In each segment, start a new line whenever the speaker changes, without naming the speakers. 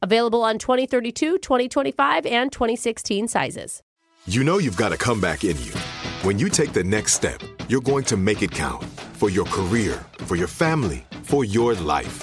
Available on 2032, 2025, and 2016 sizes.
You know you've got a comeback in you. When you take the next step, you're going to make it count for your career, for your family, for your life.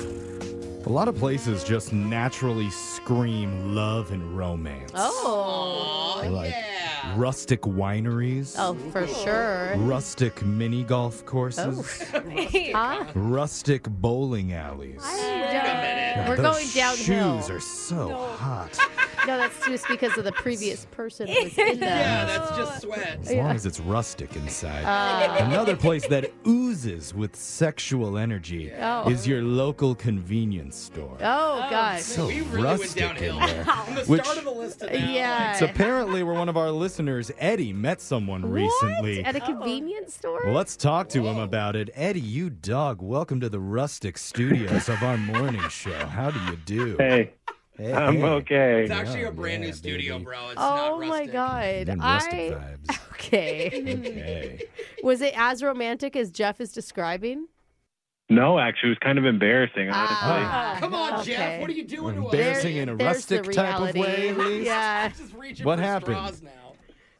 A lot of places just naturally scream love and romance.
Oh.
They're like rustic wineries,
Oh, for sure.
rustic mini golf courses,
Oh, Huh?
rustic bowling alleys.
Yeah. We're
Those
going downhill.
Shoes are so hot.
No, that's just because of the previous person who was in them.
That's just sweat.
As long as it's rustic inside.
Uh.
Another place that oozes with sexual energy
Oh.
is your local convenience store.
Oh, gosh.
So
We really went
rustic
downhill.
in there.
From the
Which-
start of the list to now.
Yeah.
It's apparently where one of our listeners, Eddie, met someone recently.
What? At a convenience store?
Well, let's talk to him about it. Eddie, you dog, welcome to the rustic studios of our morning show. How do you do?
Hey,
Hey,
I'm
hey.
okay.
It's actually
Yeah,
a brand
yeah,
new studio,
baby.
bro. It's
Oh
not
my
rustic.
god.
And rustic
I
vibes.
okay.
Okay.
was it as romantic as Jeff is describing?
No, actually, it was kind of embarrassing, honestly.
Ah,
Come on,
okay.
Jeff. What are you doing to us?
Embarrassing in a
There's the
rustic type of way, Mm-hmm. at
reality.
least.
Yeah.
Just reaching
What
for
happened?
straws now.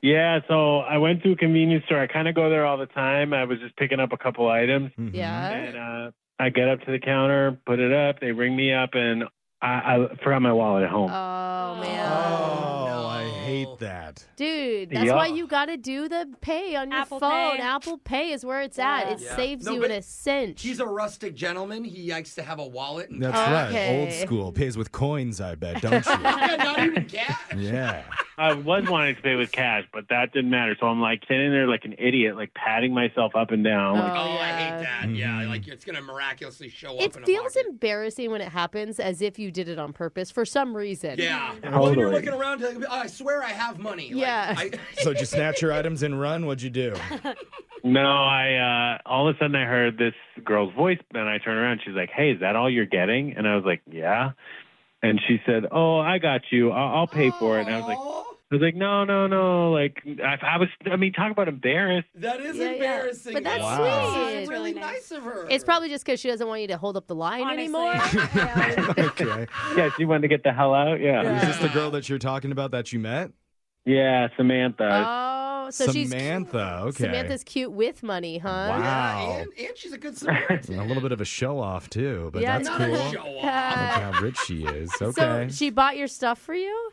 Yeah, so I went to a convenience store. I kind of go there all the time. I was just picking up a couple items,
Mhm.
Yeah.
and uh, I get up to the counter, put it up. They ring me up, and I, I forgot my wallet at home.
Oh man.
Oh,
no.
I hate that.
Dude, that's
Yeah.
why you gotta do the pay on your
Apple
phone.
Pay.
Apple Pay is where it's at. It
Yeah.
saves
No,
you
but
in a cinch.
He's a rustic gentleman. He likes to have a wallet and
That's right. Old
Okay.
school. Pays with coins, I bet, don't you?
Yeah, not even cat.
yeah.
I was wanting to pay with cash, but that didn't matter. So I'm like sitting there like an idiot, like patting myself up and down.
Oh,
Oh,
I
yeah. Mm-hmm.
hate that. Yeah,
Mhm.
like it's gonna miraculously show
it
up. in a
feels
pocket.
embarrassing when it happens as if you did it on purpose for some reason.
Yeah. Well, then you're
Totally.
looking around. Like, oh, I swear I have money. Like,
Yeah.
I,
So did you snatch your items and run? What'd you do?
No, I uh, all of a sudden I heard this girl's voice, and I turn around. She's like, "Hey, is that all you're getting?" And I was like, "Yeah." And she said, "Oh, I got you. I'll, I'll pay for it." And I was like, "I
Aw,
was like, no, no, no. Like I, I was. I mean, talk about embarrassed.
that is
Yeah, yeah.
embarrassing.
But that's
Wow.
sweet.
It's
It's
really
really
nice of her.
It's probably just because she doesn't want you to hold up the line
Honestly.
anymore.
Yeah.
Okay.
Yeah, she wanted to get the hell out. Yeah,
Is
yeah,
this the girl that you're talking about that you met?
Samantha.
Oh, so she's
Samantha. Okay.
Samantha's cute with money, huh?
Wow.
Yeah, and, and she's a good Samaritan.
a little bit of a show off too, but
Yeah,
that's
Not
cool.
a
Look
show off.
Uh,
how rich she is.
so
Okay.
she bought your stuff for you?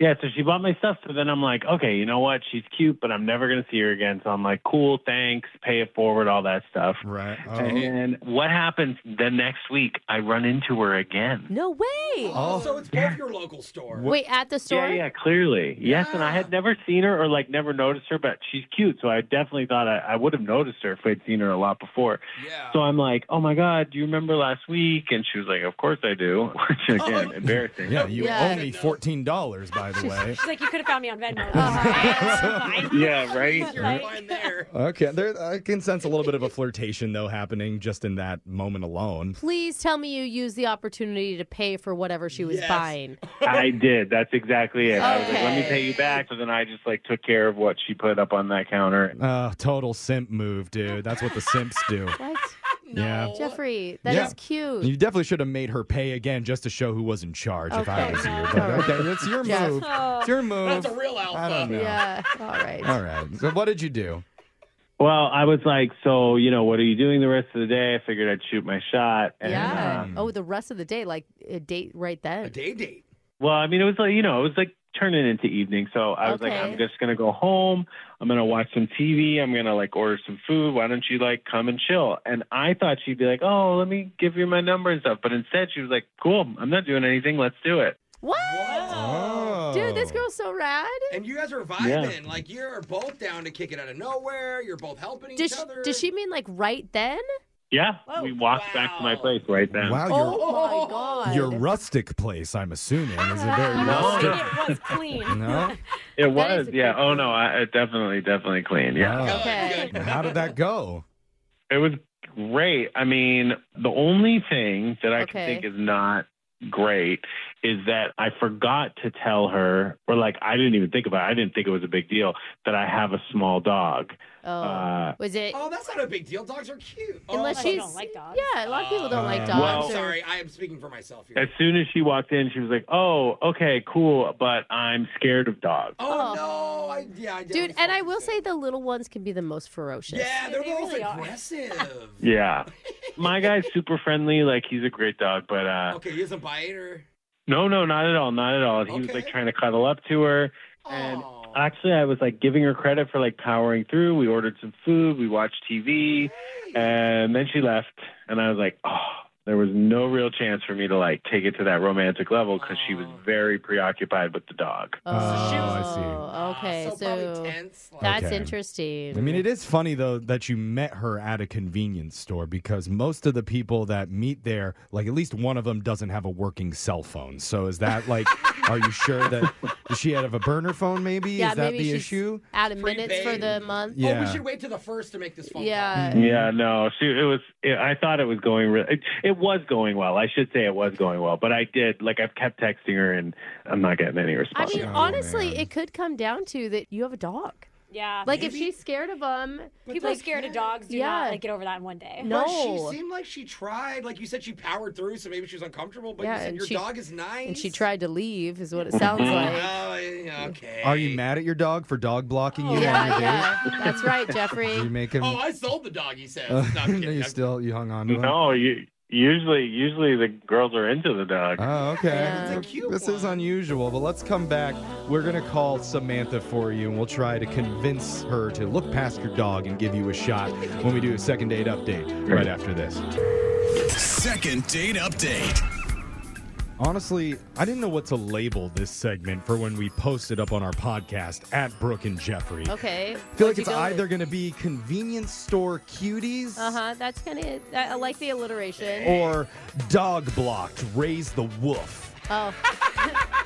Yeah, so she bought my stuff. So then I'm like, okay, you know what? She's cute, but I'm never going to see her again. So I'm like, cool, thanks, pay it forward, all that stuff.
Right.
And what happens the next week? I run into her again.
No way.
Oh, so it's both your local store.
Wait, at the store?
Yeah, yeah, clearly. Yes, and I had never seen her or like never noticed her, but she's cute. So I definitely thought I, I would have noticed her if I'd seen her a lot before.
Yeah.
So I'm like, oh my God, do you remember last week? And she was like, of course I do. Which again, embarrassing.
Yeah, you
Oh. Yeah.
owe me fourteen dollars, by the way.
She's like, you could have found me on Venmo.
Yeah, right?
You're fine there.
Okay, there. I can sense a little bit of a flirtation though happening just in that moment alone.
Please tell me you used the opportunity to pay for whatever she was
Yes.
buying.
I did. That's exactly it. I was like, let me
Okay.
pay you back. So then I just like took care of what she put up on that counter.
Uh, total simp move, dude. That's what the simps do.
What?
Yeah.
Jeffrey, that is
Yeah.
cute.
You definitely should have made her pay again just to show who was in charge if I
Okay.
was you. But okay, that's your
Jeff.
move. It's your move.
That's a real alpha.
I don't know.
yeah. All right.
All right. So what did you do?
Well, I was like, so, you know, what are you doing the rest of the day? I figured I'd shoot my shot. And,
Yeah.
uh,
um,
oh, the rest of the day, like a date right
A
then.
day date.
well, I mean, it was like, you know, it was like turning into evening. So I was
Okay.
like, I'm just going to go home. I'm going to watch some TV. I'm going to like order some food. Why don't you like come and chill? And I thought she'd be like, oh, let me give you my number and stuff. But instead, she was like, cool, I'm not doing anything. Let's do it.
What?
Oh.
Dude, this girl's so rad.
And you guys are vibing. Like you're both down to kick it out of nowhere. You're both helping each
Does she,
other.
does she mean like right then?
Yeah. we walked back to my
Wow.
place right then.
Wow, your
Oh my god.
your rustic place, I'm assuming, is a very
No,
rustic.
it was clean.
No.
It
That is
was,
a
yeah.
good
Oh no, I, I definitely, definitely clean. Yeah,
Wow.
Okay.
How did that go?
it was great. I mean, the only thing that I
Okay.
can think is not great is that I forgot to tell her, or like I didn't even think about. it. I didn't think it was a big deal that I have a small dog.
Oh.
Uh,
was it?
Oh, that's not a big deal. Dogs are cute.
unless
oh,
she-
she's.
people don't like dogs.
Yeah, a lot of people don't like
Uh,
dogs.
Well-
I'm
or-
Oh, sorry. I am speaking for myself here.
As soon as she walked in, she was like, "Oh, okay, cool, but I'm scared of dogs."
oh,
Oh.
no. I, yeah, I did
Dude,
understand
and I
what
will
you said.
say the little ones can be the most ferocious.
Yeah, they're
They
the most
really are.
aggressive.
Yeah, my guy's super friendly. Like he's a great dog, but uh,
okay, he doesn't bite her.
no, no, not at all, not at all. He was
Okay.
like trying to cuddle up to her. And
Aw.
actually, I was like giving her credit for like powering through. We ordered some food, we watched TV, and then she left. And I was like, oh, there was no real chance for me to like take it to that romantic level because she was very preoccupied with the dog.
Oh,
Oh,
okay.
so,
so
probably tense. Like,
that's
Okay.
interesting.
I mean, it is funny though that you met her at a convenience store because most of the people that meet there, like at least one of them, doesn't have a working cell phone. So is that like, are you sure that does she have a burner phone? Maybe
yeah,
is that
maybe
the
she's
issue?
out of
Free
minutes for
bait.
the month.
Oh, we
Yeah. Mm-hmm.
should wait till the first to make this phone.
Yeah.
Yeah, no, she, it was. It, I thought it was going. Re- it, it was going well. I should say it was going well, but I did like I've kept texting her and I'm not getting any
I
response.
mean,
Oh,
honestly,
man.
it could come down to that you have a dog.
Yeah.
Like, if she's scared of them,
people scared of dogs do
Yeah.
not like get over that in one day.
No.
But she seemed like she tried. Like you said, she powered through, so maybe she was uncomfortable. But
Yeah,
you said
and
your
she-
dog is nice.
and she tried to leave, is what
Mm-hmm.
it sounds like.
Oh, yeah, okay.
Are you mad at your dog for dog blocking you? on
Oh, Yeah,
your date?
yeah. That's right,
Did you
Jeffrey.
make him?
Oh, I sold the dog. He says.
Uh,
no, I'm
no,
kidding.
you
I'm-
still you hung on to him.
no, you, usually usually the girls are into the dog.
Oh, okay.
Yeah.
It's a cute
this is
one.
unusual, but let's come back. We're going to call Samantha for you, and we'll try to convince her to look past your dog and give you a shot when we do a second date update right after this.
Second date update.
Honestly, I didn't know what to label this segment for when we post it up on our podcast at Brooke and Jeffrey.
Okay.
I feel like it's either going to be convenience store cuties
Uh
Uh-huh.
huh. That's kind of. I I like the alliteration.
or dog blocked, raise the woof.
Oh.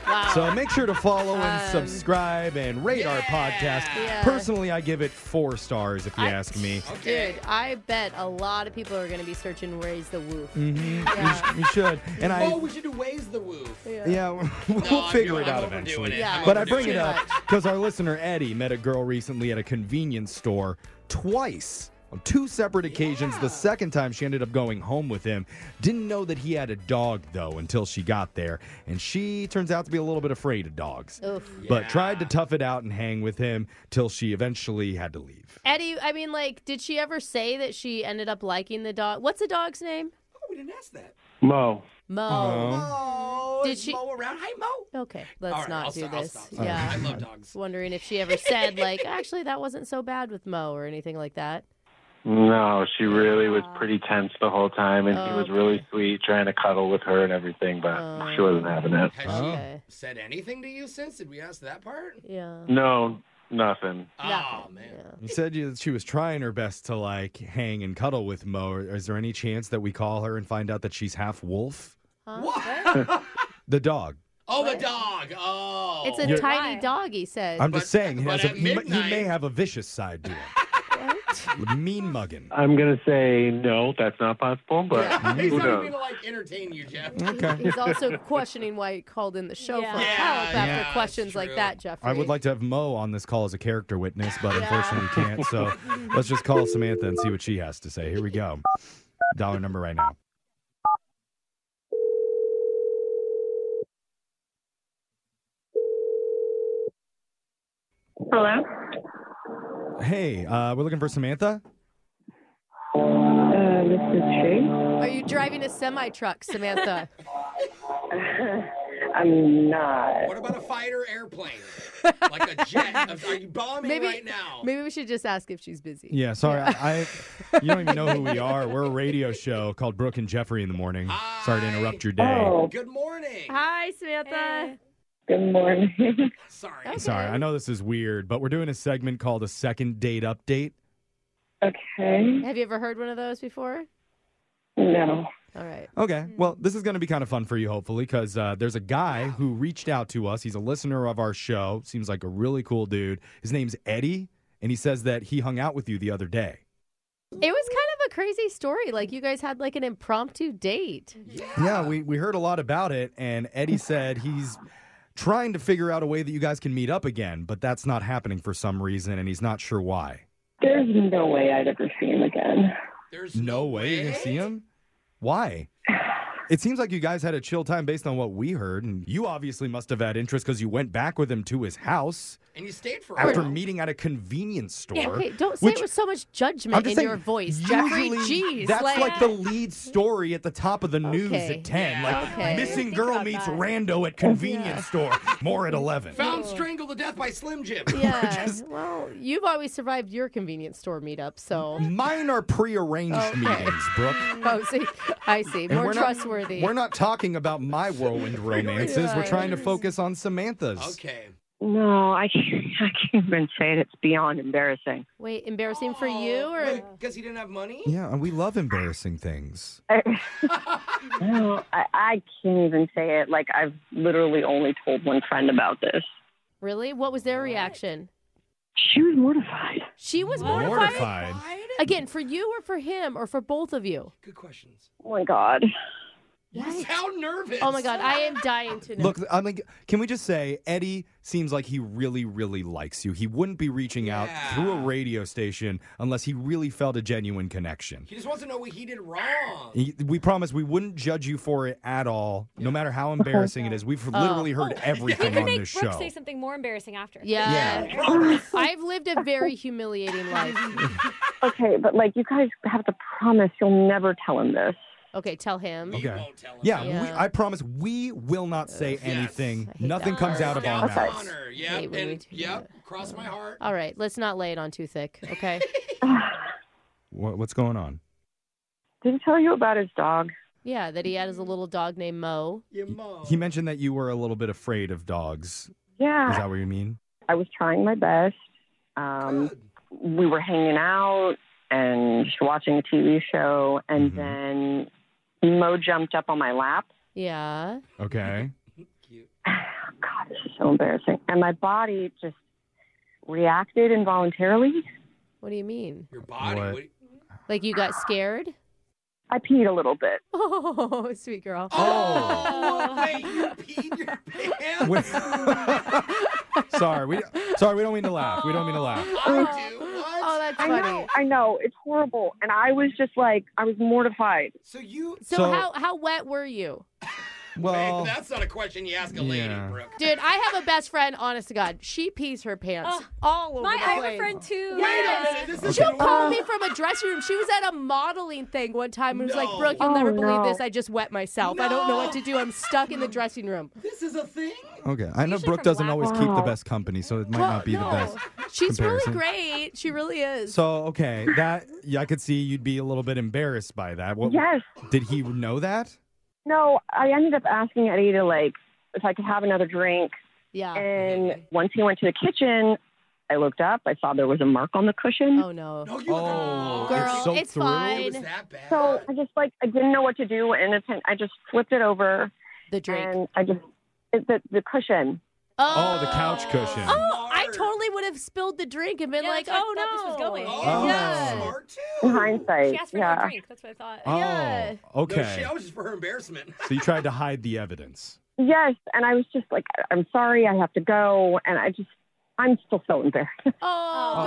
wow.
So make sure to follow and subscribe and rate our podcast.
Um, Yeah.
Personally, I give it four stars if you
I-
ask me.
Dude, I bet a lot of people are going to be searching "Raise the Woof."
Mm-hmm. We should. And
Oh,
I,
we should do ways the woof.
yeah, we'll
No, I'm
figure
doing-
it out
I'm overdoing
eventually.
it.
Yeah.
I'm
But I
overdoing
bring it up because our listener Eddie met a girl recently at a convenience store twice. On two separate occasions, the second time she ended up going home with him. Didn't know that he had a dog, though, until she got there. And she turns out to be a little bit afraid of dogs.
Oof.
But tried to tough it out and hang with him till she eventually had to leave.
Eddie, I mean, like, did she ever say that she ended up liking the dog? What's the dog's name?
Oh, we didn't ask that.
Mo.
Mo.
Oh.
Oh, Mo,
Did
is
she-
Mo around? Hi, Mo.
Okay, let's
All right,
not
I'll
do
stop- I'll
this.
stop. Sorry.
Yeah.
I love dogs.
Wondering if she ever said like, actually, that wasn't so bad with Mo or anything like that.
No, she really was pretty tense the whole time, and he was
Okay.
really sweet, trying to cuddle with her and everything, but she wasn't having it.
Has
Okay.
Oh.
she said anything to you since? Did we ask that part?
Yeah.
No, nothing.
Oh, man.
You said you, she was trying her best to like hang and cuddle with Mo. Is there any chance that we call her and find out that she's half wolf?
What?
The dog.
oh, the dog. Oh.
It's a
You're-
tiny
Why?
dog, he said.
I'm
But-
just saying, he,
but
has a,
at
he, m- he may
midnight-
have a vicious side to him. mean mugging.
I'm gonna say no. That's not possible, but
He's
who
not even
knows?
gonna like entertain you, Jeff.
He's also questioning why he called in the show
Yeah.
for
Yeah,
help
yeah,
after
that's
questions like
true.
that, Jeffrey.
I would like to have Mo on this call as a character witness, but unfortunately we can't. So let's just call Samantha and see what she has to say. Here we go. Dollar number right now.
Hello?
Hey, uh, we're looking for Samantha.
Uh, this is Shay.
Are you driving a semi truck, Samantha?
I'm not.
What about a fighter airplane? like a jet? Of- Are you bombing
Maybe-
right now?
Maybe we should just ask if she's busy.
Yeah, sorry. I, I you don't even know who we are. We're a radio show called Brooke and Jeffrey in the morning. Sorry to interrupt your day.
Oh,
Good morning.
Hi, Samantha.
good morning.
Sorry.
Sorry, I know this is weird, but we're doing a segment called a second date update.
okay.
Have you ever heard one of those before?
No.
All right.
Okay. Well, this is going to be kind of fun for you, hopefully, because uh, there's a guy who reached out to us. He's a listener of our show. Seems like a really cool dude. His name's Eddie, and he says that he hung out with you the other day.
It was kind of a crazy story. Like you guys had like an impromptu date.
Yeah, we, we heard a lot about it, and Eddie said he's trying to figure out a way that you guys can meet up again, but that's not happening for some reason, and he's not sure why.
There's no way I'd ever see him again.
There's
No way you're going to see him? Why? It seems like you guys had a chill time based on what we heard, and you obviously must have had interest because you went back with him to his house.
And you stayed for a
after
while.
meeting at a convenience store.
Okay, don't say
which-
it with so much judgment
I'm just
in
saying,
your voice, Jeffrey.
usually
Jeez,
that's like, the lead story at the top of the news
Okay.
at ten. Like
Okay.
missing
Think
girl
about
meets
that.
rando at convenience store. More at eleven.
Found strangled to death by Slim Jim.
yeah. Well, you've always survived your convenience store meetup, so
Mine are prearranged meetings, Brooke.
oh, see, I see,
Mm-hmm. And
more
we're not-
trustworthy.
we're not talking about my whirlwind romances. We're trying to focus on Samantha's.
Okay.
No, I can't, I can't even say it. It's beyond embarrassing.
Wait, embarrassing for you or
Because he didn't have money?
Yeah, and we love embarrassing things.
No, I, I can't even say it. Like, I've literally only told one friend about this.
really? What was their reaction?
She was mortified.
She was mortified.
Mortified.
Again, for you or for him or for both of you?
Good questions.
Oh, my God.
You sound nervous.
Oh my God, I am dying to know.
Look, I mean, can we just say Eddie seems like he really, really likes you. He wouldn't be reaching out
Yeah.
through a radio station unless he really felt a genuine connection.
He just wants to know what he did wrong.
He- We promise we wouldn't judge you for it at all, no matter how embarrassing it is. We've
Oh.
literally heard
We
everything
could
on
make Brooke
this show.
say something more embarrassing after.
yeah. I've lived a very humiliating life.
Okay, but like, you guys have to promise you'll never tell him this.
Okay, tell him.
You
Okay.
won't tell him.
Yeah,
Yeah.
We, I promise we will not say anything.
I hate
Nothing
that
comes
word.
out of our
Down to
mouths.
honor.
Hey,
Yep.
we
and
need to-
yep. Cross my heart.
All right, let's not lay it on too thick, okay?
What, what's going on?
Did he tell you about his dog?
yeah, that he had his little dog named Mo.
Your mom.
He mentioned that you were a little bit afraid of dogs. Is
Yeah.
that what you mean?
I was trying my best. Um,
Good.
we were hanging out and just watching a TV show, and
Mhm.
then Mo jumped up on my lap.
Yeah.
Okay.
Cute.
God, this is so embarrassing. And my body just reacted involuntarily.
What do you mean?
Your body.
What?
What?
Like you got scared?
I peed a little bit.
Oh, sweet girl.
Oh, wait, you peed your pants?
Wait. sorry, we sorry we don't mean to laugh. We don't mean to laugh.
I do. What?
Oh, that's
I
funny.
know, I know, it's horrible. And I was just like, I was mortified.
so you.
So,
So-
how how wet were you?
Well,
that's not a question you ask a lady,
Yeah.
Brooke.
Dude, I have a best friend, honest to God. She pees her pants all over
my-
the
I
place.
have a friend too.
Wait
Yes.
a minute.
Okay.
She'll
Okay.
call me from a dressing room. She was at a modeling thing one time and was like, Brooke, you'll
Oh,
never believe
no.
this. I just wet myself. I don't know what to do. I'm stuck in the dressing room.
This is a thing?
okay. I know Brooke doesn't always
Wow.
keep the best company, so it might not be the best.
She's
comparison.
really great. She really is.
So okay, that yeah, I could see you'd be a little bit embarrassed by that. What,
Yes.
Did he know that?
No, I ended up asking Eddie to like if I could have another drink.
Yeah.
Eh.
And once he went to the kitchen, I looked up. I saw there was a mark on the cushion.
Oh no.
No, you
oh,
Girl,
soaked
it's
through?
fine.
So I just like I didn't know what to do, and it's, I just flipped it over.
The drink.
And I just it, the the cushion.
Oh, the couch cushion.
Oh, I totally would have spilled the drink and been like,
that's where
oh
I
no.
thought this was going.
Oh.
Yeah.
She
In hindsight,
asked for
yeah.
no drink. That's what I thought.
Oh,
Yeah.
okay.
No shit, I was just for her embarrassment.
so you tried to hide the evidence.
Yes, and I was just like, I'm sorry, I have to go, and I just I'm still so embarrassed.
Oh,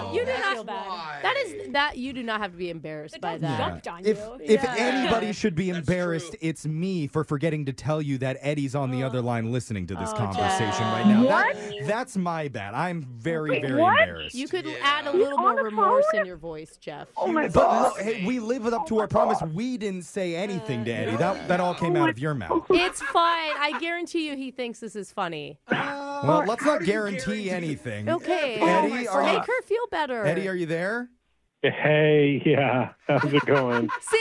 girl. You do
I feel
not
bad.
that is that you do not have to be embarrassed by
dog
that.
Dumped on
If
you.
if
Yeah.
anybody should be embarrassed, it's me for forgetting to tell you that Eddie's on the other line listening to this
Oh,
conversation
Jeff.
right now. That, that's my bad. I'm very,
Wait,
very
what?
embarrassed.
You could add a little
on
more
the
remorse
phone?
in your voice, Jeff.
Oh my
but
god.
look, hey, we live up to our promise. We didn't say anything to Eddie. That that all came out of your mouth.
It's fine. I guarantee you he thinks this is funny.
Well, let's
how
not
do you
guarantee
guarantee-
anything.
Okay. Oh
Eddie, are you-
Make her feel better.
Eddie, are you there?
Hey, yeah, how's it going?
See?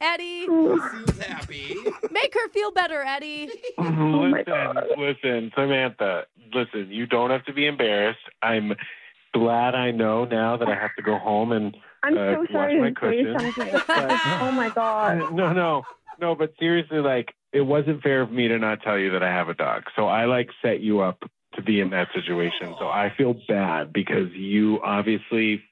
Eddie,
Seems happy.
make her feel better, Eddie.
listen, listen, Samantha, listen, you don't have to be embarrassed. I'm glad I know now that I have to go home and
I'm
uh,
so
wash
sorry
my
to say
cushion.
something. oh my god.
Uh, no, no, no. But seriously, like it wasn't fair of me to not tell you that I have a dog. So I like set you up to be in that situation. So I feel bad because you obviously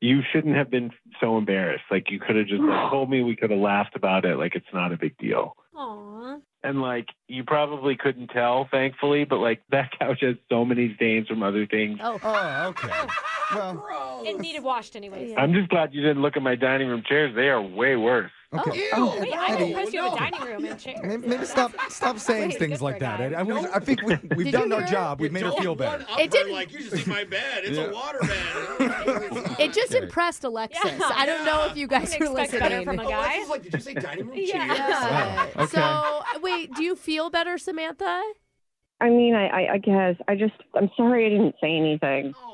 you shouldn't have been so embarrassed. Like you could have just like, told me. We could have laughed about it. Like it's not a big deal.
Aw.
And like you probably couldn't tell, thankfully. But like that couch has so many stains from other things.
Oh, okay. Well,
It needed washed anyways.
I'm just glad you didn't look at my dining room chairs. They are way worse.
okay.
Ew.
Wait, I'm
Eddie,
impressed you have a dining room and chairs.
Maybe, maybe stop stop saying
Wait,
things
good
like
for a
that.
guy.
Eddie. I, we- I think we, we've
Did
done
you
our
hear?
job. We've made her
Don't
feel better.
one-up her
didn't-
Like, you just in my bed. It's
Yeah.
a water bed.
It just
Okay.
impressed Alexis.
Yeah.
I don't know if you guys
Wouldn't
are
expect
listening.
better from a guy.
Alexis, like, did you say dining room
Yeah.
chairs?
Oh Yeah.
Wow, okay.
So, wait, do you feel better, Samantha?
I mean, I, I I guess I just I'm sorry I didn't say anything.
Oh.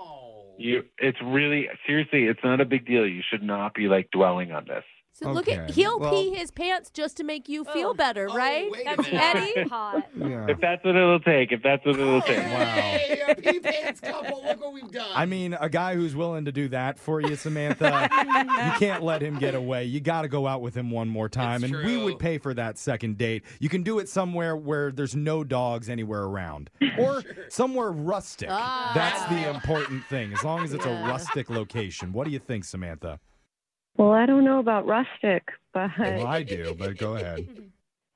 You, it's really seriously, it's not a big deal. You should not be like dwelling on this.
So look at
Okay,
he'll pee
well-
his pants just to make you feel
Oh.
better,
Oh,
right?
wait a
That's
minute.
Eddie?
hot.
Yeah.
If that's what it'll take, if that's what it'll take.
Hey, a pee pants couple. Look what we've done.
I mean, a guy who's willing to do that for you, Samantha, you can't let him get away. You got to go out with him one more time.
It's
and we
true.
would pay for that second date. You can do it somewhere where there's no dogs anywhere around or somewhere rustic.
Ah.
That's the important thing, as long as it's
Yeah.
a rustic location. What do you think, Samantha?
Well, I don't know about rustic, but
Well, I do, but go ahead.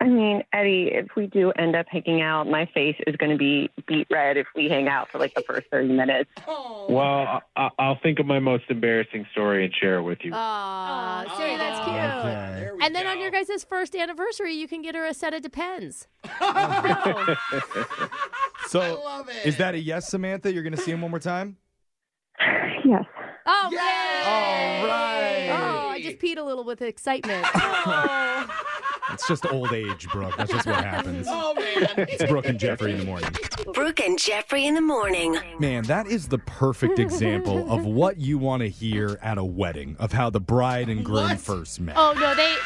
I mean, Eddie, if we do end up hanging out, my face is going to be beat red if we hang out for like the first 30 minutes.
Oh.
Well, I, I'll think of my most embarrassing story and share it with you.
Aw,
Aw,
see, that's cute.
Oh. Okay.
There we
And then
go.
on your guys' first anniversary, you can get her a set of Depends.
I
So,
love it.
is that a yes, Samantha? You're going to see him one more time?
Yes.
Oh,
Yay!
yay!
All right.
Oh, I just peed a little with excitement.
It's just old age, Brooke. That's just what happens.
Oh man.
It's Brooke and Jeffrey in the morning.
Brooke and Jeffrey in the morning.
Man, that is the perfect example of what you want to hear at a wedding of how the bride and groom
What?
first met.
oh, no, they.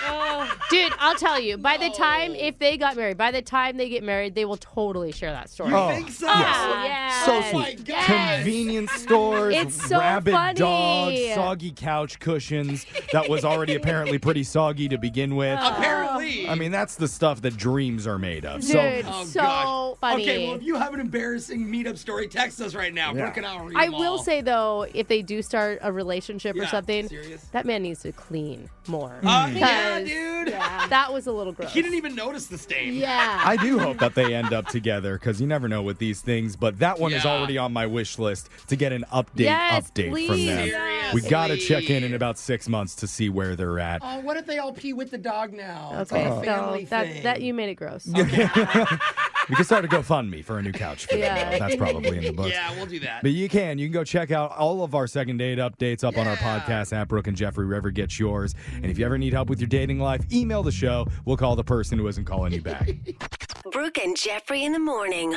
Dude, I'll tell you, by the time, if they got married, by the time they get married, they will totally share that story.
Oh,
think so?
Ah, yes.
So
Oh my
sweet.
God.
Convenience stores,
It's so
rabid
funny.
dogs, soggy couch cushions that was already apparently pretty soggy to begin with.
Apparently.
I mean, that's the stuff that dreams are made of.
Dude,
So,
Oh,
so
gosh.
funny.
Okay, well, if you have an embarrassing meetup story, text us right now. Brooke and I'll read
I
them
will
all.
say though, if they do start a relationship or
Yeah,
something,
serious.
that man needs to clean more.
Uh, yeah,
Because-
dude.
That was a little gross.
He didn't even notice the stain.
Yeah.
I do hope that they end up together because you never know with these things. But that one is
Yeah.
already on my wish list to get an update
Yes,
update from them.
please. Seriously.
We got to check in in about six months to see where they're at.
Oh, what if they all pee with the dog now? It's
Okay,
all a family
no, that,
thing.
that you made it gross.
we can start a GoFundMe for a new couch. For them,
Yeah.
though. That's probably in the books.
Yeah, we'll do that.
But you can. You can go check out all of our second date updates up on our podcast app, Brooke and Jeffrey, wherever gets yours. And if you ever need help with your dating life, email the show. We'll call the person who isn't calling you back.
Brooke and Jeffrey in the morning.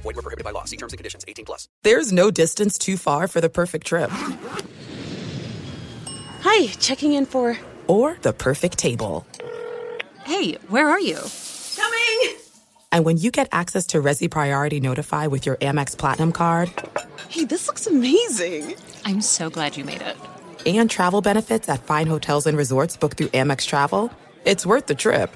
Void were prohibited by law. See terms and conditions. 18 plus.
There's no distance too far for the perfect trip.
Hi, checking in for.
Or the perfect table.
Hey, where are you? Coming!
And when you get access to Resi Priority Notify with your Amex Platinum card
Hey, this looks amazing! I'm so glad you made it.
and travel benefits at fine hotels and resorts booked through Amex Travel, it's worth the trip.